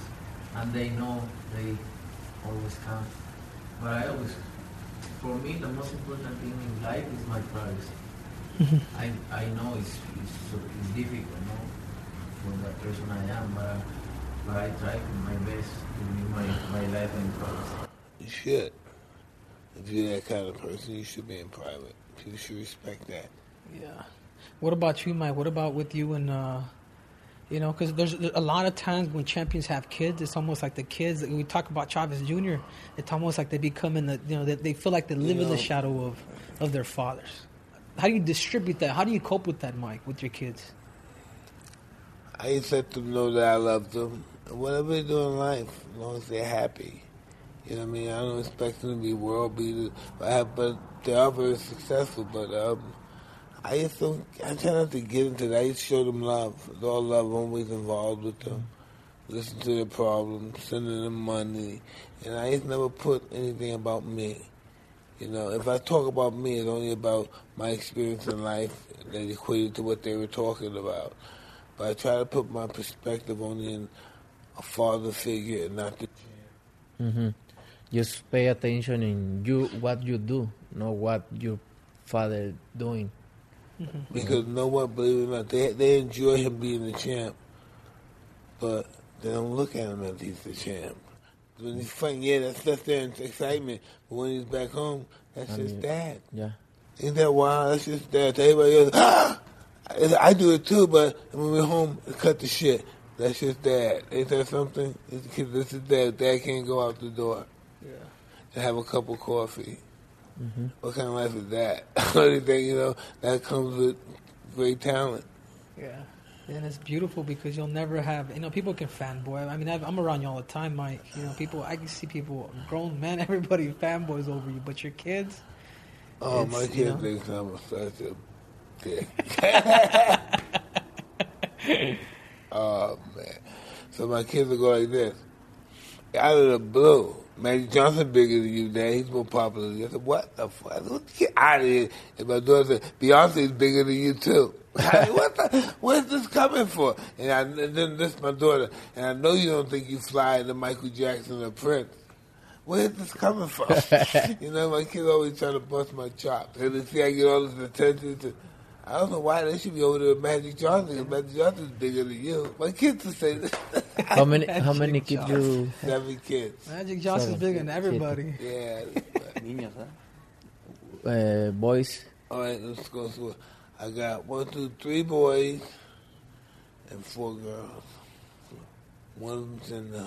S13: And they know they always come. But I always, for me, the most important thing in life is my
S11: Mm-hmm.
S13: privacy. I, I know it's, it's, so- it's difficult, no, for the person I am, but I, but I try my best to live my, my life in privacy.
S10: You should. If you're that kind of person, you should be in private. People should respect that.
S11: Yeah. What about you, Mike? What about with you and, uh, you know, because there's a lot of times when champions have kids, it's almost like the kids. We talk about Chavez Jr. It's almost like they become in the, you know, they, they feel like they live in
S10: know-
S11: the shadow of, of their fathers. How do you distribute that? How do you cope with that, Mike, with your kids?
S10: I just let them know that I love them. And Whatever they do in life, as long as they're happy. You know what I mean? I don't expect them to be world beaters, but, I have, but they are very successful. But um, I just don't, I try not to get into that. I just show them love. It's all love, I'm always involved with them. Listen to their problems, sending them money. And I just never put anything about me. You know, if I talk about me, it's only about my experience in life that equated to what they were talking about. But I try to put my perspective only in a father figure and not the.
S9: hmm Just pay attention in you what you do, not what your father doing. Mm-hmm.
S10: Because no one, believe it or not, they, they enjoy him being the champ, but they don't look at him as he's the champ. When he's fighting, yeah, that's, that's their excitement. But when he's back home, that's
S9: I
S10: his
S9: mean,
S10: dad.
S9: Yeah.
S10: Isn't that wild? That's just that. Everybody goes, ah! I- I do it too, but when we're home, cut the shit. That's just dad. Ain't that something? It's kid, this is dad. Dad can't go out the door. Yeah. And have a cup of coffee.
S13: Mhm.
S10: What kind of life is that? Only thing, you know, that comes with great talent.
S11: Yeah. And it's beautiful because you'll never have, you know, people can fanboy. I mean, I've, I'm around you all the time, Mike. You know, people, I can see people, grown men, everybody fanboys over you, but your kids.
S10: Oh,
S11: it's,
S10: my
S11: you
S10: kid
S11: know-
S10: thinks I'm such a dick. oh, man. So my kids will go like this. Out of the blue, Magic Johnson bigger than you, Dad. He's more popular than you. I said, what the fuck? I said, Get out of here. And my daughter said, Beyonce's bigger than you, too. I said, what the? Where's this coming for? And, I, and then this my daughter. And I know you don't think you fly into Michael Jackson or Prince. Where's this coming from? you know, my kids always try to bust my chops. And they see I get all this attention. To, I don't know why they should be over to Magic Johnson. 'cause Magic Johnson's bigger than you. My kids would say this.
S9: How many- how many kids you-
S10: Seven kids.
S11: Magic Johnson's bigger than everybody.
S10: Yeah. Niños,
S12: ¿ah?
S10: huh?
S9: Uh, boys.
S10: All right, let's go. So I got one, two, three boys and four girls. One of them's in the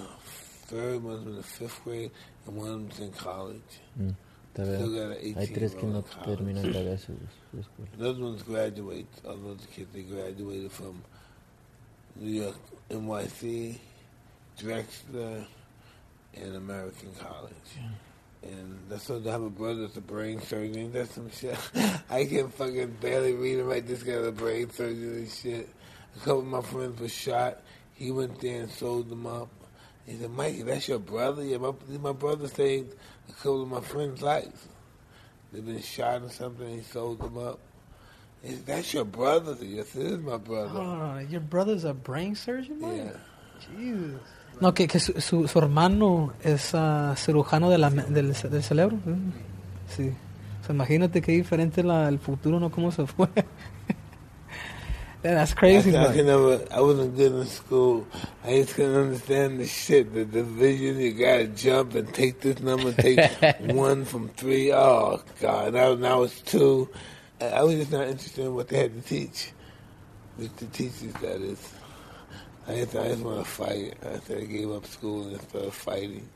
S10: third, one's in the fifth grade, and one of them's in college.
S9: Mm, está bien.
S10: Still got an 18
S9: Hay tres que
S10: year
S9: no
S10: old in college.
S9: terminan todavía su, su escuela.
S10: Those ones graduate. All those kids they graduated from New York, NYC, Drexler, and American College. And that's what I have a brother that's a brain surgeon. That's some shit. I can fucking barely read and write. This guy's a brain surgeon and shit. A couple of my friends were shot. He went there and sold them up. He said, Mikey, that's your brother? Yeah, my, my brother saved a couple of my friends' lives. They've been shot or something. He sold them up. He said, that's your brother? Yes, it is my brother.
S11: Hold on, hold on. Ah, Your brother's a brain surgeon, Oh, Mike?
S10: Yeah.
S11: Jesus. No, que, que su, su, su hermano es ah, cirujano de la me- del, ce- del cerebro. Mm. Sí. O sea, imagínate qué diferente la, el futuro, ¿no? ¿Cómo se fue? Yeah, That's crazy,
S10: I, could- I, could
S11: Mike.
S10: never, I wasn't good in school. I just couldn't understand the shit. The division, you gotta jump and take this number, take one from three. Oh, God. Now, now it's two. I, I was just not interested in what they had to teach. Mr. Teaches that is. I just, I just want to fight. I said I gave up school and started fighting.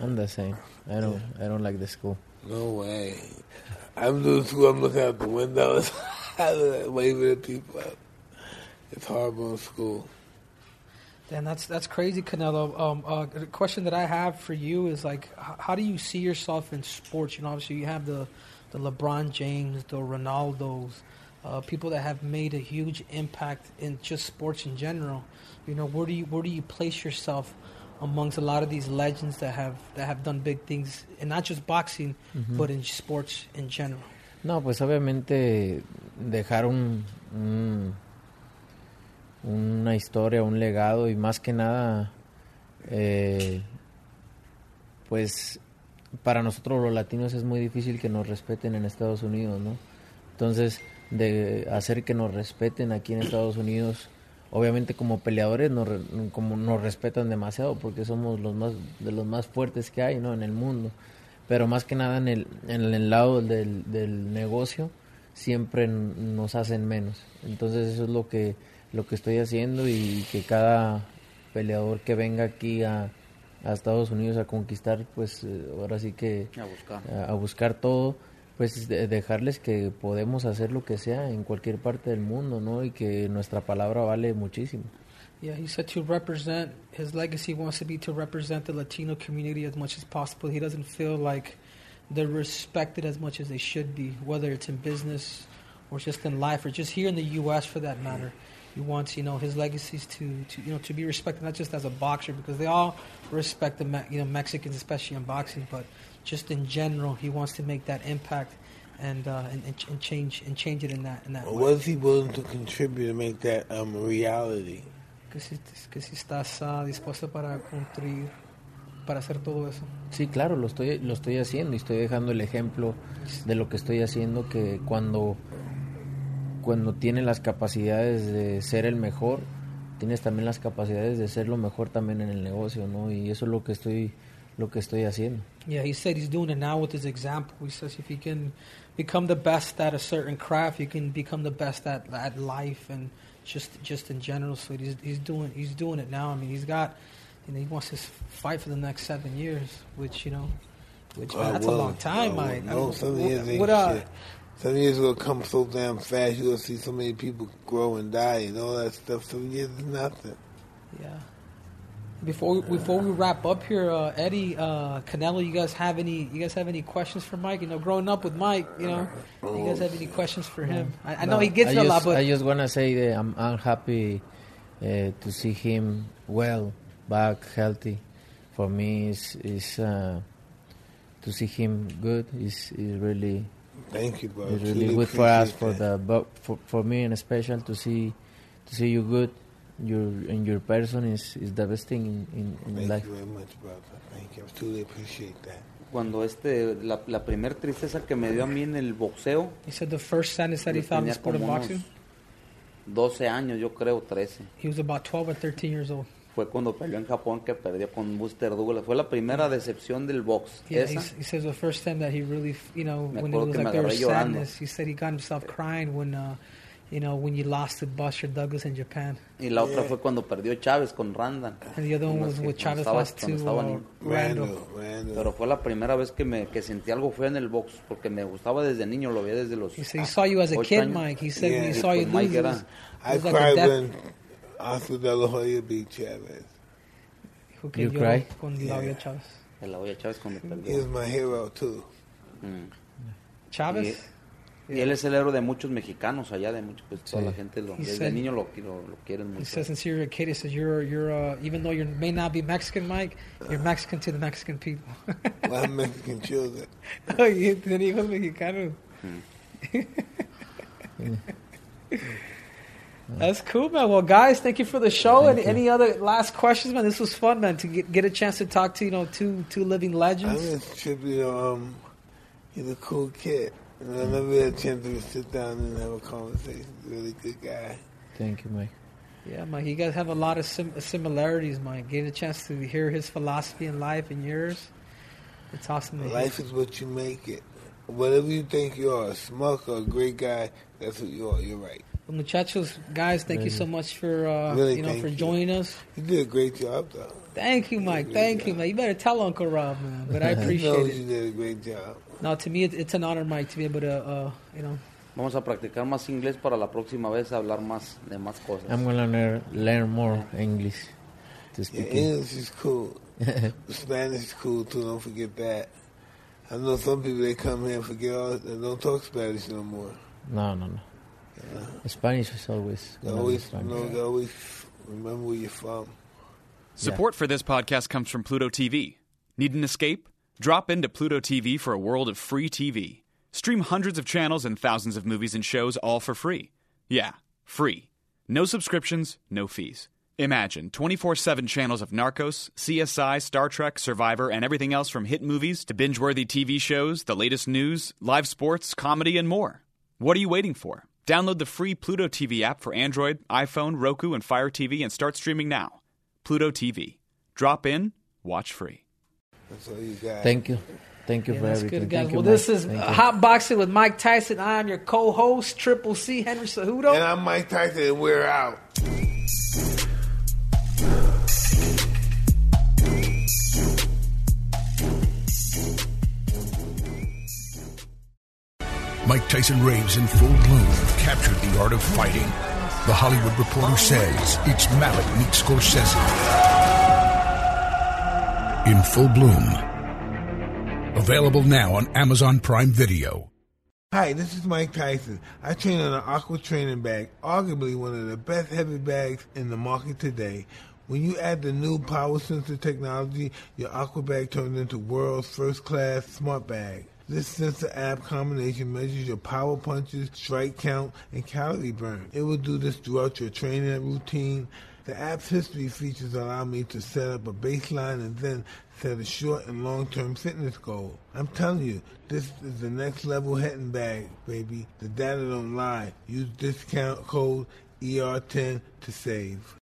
S9: I'm the same. I don't. I don't like the school.
S10: No way. I'm doing school. I'm looking out the windows, waving at people. Up. It's horrible in school.
S11: Damn, that's that's crazy, Canelo. Um, uh, the question that I have for you is like, h- how do you see yourself in sports? You know, obviously you have the the LeBron James, the Ronaldos, uh, people that have made a huge impact in just sports in general. You know, where do you where do you place yourself amongst a lot of these legends that have that have done big things, and not just boxing,
S9: Mhm.
S11: but in sports in general?
S9: No, pues obviamente dejar un, un- una historia, un legado y más que nada, eh, pues para nosotros los latinos es muy difícil que nos respeten en Estados Unidos, ¿no? Entonces, de hacer que nos respeten aquí en Estados Unidos, obviamente como peleadores nos, re- como nos respetan demasiado porque somos los más, de los más fuertes que hay, ¿no? En el mundo pero más que nada en el, en el lado del, del negocio siempre n- nos hacen menos. Entonces eso es lo que, lo que estoy haciendo y que cada peleador que venga aquí a, a Estados Unidos a conquistar, pues eh, ahora sí que
S12: A buscar.
S9: a- a buscar todo, pues de- dejarles que podemos hacer lo que sea en cualquier parte del mundo, ¿no? Y que nuestra palabra vale muchísimo.
S11: Yeah, he said to represent his legacy wants to be to represent the Latino community as much as possible. He doesn't feel like they're respected as much as they should be, whether it's in business or just in life or just here in the U.S. for that matter. He wants, you know, his legacies to, to you know, to be respected not just as a boxer because they all respect the Me- you know Mexicans, especially in boxing, but just in general, he wants to make that impact and uh, and, and, ch- and change and change it in that in that.
S10: Well,
S11: way.
S10: what is he willing to contribute to make that um, a reality?
S11: que si, que si estás ah, dispuesto para cumplir, para hacer todo eso.
S9: Sí, claro, lo estoy, lo estoy haciendo y estoy dejando el ejemplo de lo que estoy haciendo, que cuando, cuando tienes las capacidades de ser el mejor, tienes también las capacidades de ser lo mejor también en el negocio, ¿no? Y eso es lo que estoy, lo que estoy haciendo.
S11: Yeah, he said he's doing it now with his example. He says if you can become the best at a certain craft, you can become the best at, at life and just just in general. So he's, he's doing he's doing it now. I mean, he's got you know he wants to s- fight for the next seven years, which you know, which man,
S10: God
S11: that's a
S10: willing.
S11: long time,
S10: God
S11: Mike.
S10: willing.
S11: I
S10: No,
S11: mean,
S10: some years ain't
S11: what, uh,
S10: shit. Some years will come so damn fast. You're gonna see so many people grow and die and all that stuff. Some years is nothing.
S11: Yeah. Before we, before we wrap up here, uh, Eddie, uh, Canelo, you guys have any you guys have any questions for Mike? You know, growing up with Mike, you know, do you guys have any questions for him? I, I know he gets
S9: I
S11: it a lot,
S9: just- I
S11: but
S9: just wanna say that I'm, I'm happy eh, to see him well, back, healthy. For me, is is uh, to see him good is is really
S10: Thank you, bro.
S9: It's
S10: Truly
S9: really good for us
S10: appreciate
S9: for the but for, for me and special to see to see you good, your and your person is is the best thing in in, in
S10: Thank
S9: life.
S10: you very much, brother. Thank you. I truly appreciate that.
S12: Cuando este, la, la primer tristeza que me dio a mí en el boxeo.
S11: he said the first sentence that he
S12: yo
S11: found in the
S12: tenía
S11: sport of
S12: como unos
S11: boxing,
S12: 12 años, yo creo, 13.
S11: he was about 12 or 13 years old.
S12: Fue cuando peleó en Japón que perdió con Buster Douglas. Fue la primera
S11: Mm.
S12: decepción del box.
S11: Yeah, he,
S12: esa.
S11: s- he says the first time that he really, f- you know,
S12: Me
S11: when it
S12: acuerdo
S11: was
S12: que
S11: like
S12: me
S11: there was
S12: agarré llorando.
S11: sadness, he said he got himself crying when, uh, you know, when you lost to Buster Douglas in Japan.
S12: Y la otra fue cuando perdió Chávez con Randall.
S11: And the other one
S12: Cuando
S11: was
S12: sí,
S11: with
S12: cuando
S11: Chávez
S12: estaba-
S11: lost
S12: cuando
S11: to,
S12: estaba
S11: uh,
S12: niño.
S11: Randall.
S12: Pero fue la primera vez que me que sentí algo feo en el box, porque me gustaba desde niño, lo veía desde los.
S11: He said he saw you as a
S12: Ah, ocho
S11: kid,
S12: años.
S11: Mike. He said when he
S12: Y
S11: saw you
S12: con Mike
S11: lose, it
S12: era-
S11: was, it
S10: I
S11: was like a
S10: cried
S11: death
S10: when Oscar De La Hoya beat Chavez.
S11: Who
S12: You
S11: can
S12: cry?
S11: Con
S12: Yeah.
S11: Laura Chavez.
S12: El Laoya Chávez cuando perdió.
S10: He was my hero too.
S12: Mm.
S11: Chávez.
S12: Y, y él es el héroe de muchos mexicanos allá, de muchos, pues toda
S11: Sí.
S12: la gente lo,
S11: He
S12: desde
S11: said-
S12: niño lo, lo, lo quieren
S11: He
S12: mucho.
S11: says since you're a kid, he says you're you're uh, even though you may not be Mexican, Mike, you're Mexican to the Mexican people.
S10: Well, I'm Mexican children.
S11: Oye, tener hijos mexicanos.
S12: Hmm.
S11: That's cool, man. Well, guys, thank you for the show. and
S9: Thank you.
S11: any other last questions, man? This was fun, man. To get, get a chance to talk to you know two two living
S10: I'm
S11: legends.
S10: just tripping on um, he's a cool kid. And I never had a chance to sit down and have a conversation. Really good guy.
S9: Thank you, Mike.
S11: Yeah, Mike, you guys have a lot of sim- similarities, Mike. Get a chance to hear his philosophy in life and yours. It's awesome. To hear.
S10: Life is what you make it. Whatever you think you are, a smug or a great guy, that's what you are. You're right.
S11: Well, muchachos, guys, thank you so much for uh,
S10: Really,
S11: you know
S10: thank
S11: for
S10: you.
S11: joining us.
S10: You did a great job, though.
S11: Thank you, Mike. Thank you, man. You better tell Uncle Rob, man. But I
S10: I know
S11: appreciate
S10: you
S11: it.
S10: did a great job.
S11: No, to me, it, it's an honor, Mike, to be able to uh, you know
S12: Vamos a practicar más inglés para la próxima vez hablar más de más cosas.
S9: I'm gonna learn, learn more English to
S10: Yeah,
S9: speak.
S10: English is cool. Spanish is cool too. Don't forget that. I know some people they come here and forget all and don't talk Spanish no more.
S9: No, no, no. Spanish is always.
S10: They
S9: gonna be
S10: always, you
S9: Spanish.
S10: know, they always remember where you're from.
S14: Support for this podcast comes from Pluto TV. Need an escape? Drop into Pluto TV for a world of free TV. Stream hundreds of channels and thousands of movies and shows all for free. Yeah, free. No subscriptions, no fees. Imagine 24 7 channels of Narcos, CSI, Star Trek, Survivor, and everything else from hit movies to binge worthy TV shows, the latest news, live sports, comedy, and more. What are you waiting for? Download the free Pluto TV app for Android, iPhone, Roku, and Fire TV and start streaming now. Pluto TV. Drop in, watch free.
S10: That's all you got.
S9: Thank you, thank you
S11: Yeah,
S9: for
S11: that's
S9: everything.
S11: good, guys.
S9: Thank you,
S11: well, this
S9: Mike.
S11: is
S9: Thank you.
S11: Hot Boxing with Mike Tyson. I'm your co-host, Triple C, Henry Cejudo.
S10: And I'm Mike Tyson, and we're out.
S8: Mike Tyson raves in full bloom captured the art of fighting. The Hollywood Reporter says it's Malik meets Scorsese. In full bloom. Available now on Amazon Prime Video.
S10: Hi, this is Mike Tyson. I train on an Aqua training bag, arguably one of the best heavy bags in the market today. When you add the new power sensor technology, your Aqua bag turns into world's first class smart bag. This sensor app combination measures your power punches, strike count, and calorie burn. It will do this throughout your training routine. The app's history features allow me to set up a baseline and then set a short and long term fitness goal. I'm telling you, this is the next level heading bag, baby. The data don't lie. Use discount code ER10 E to save.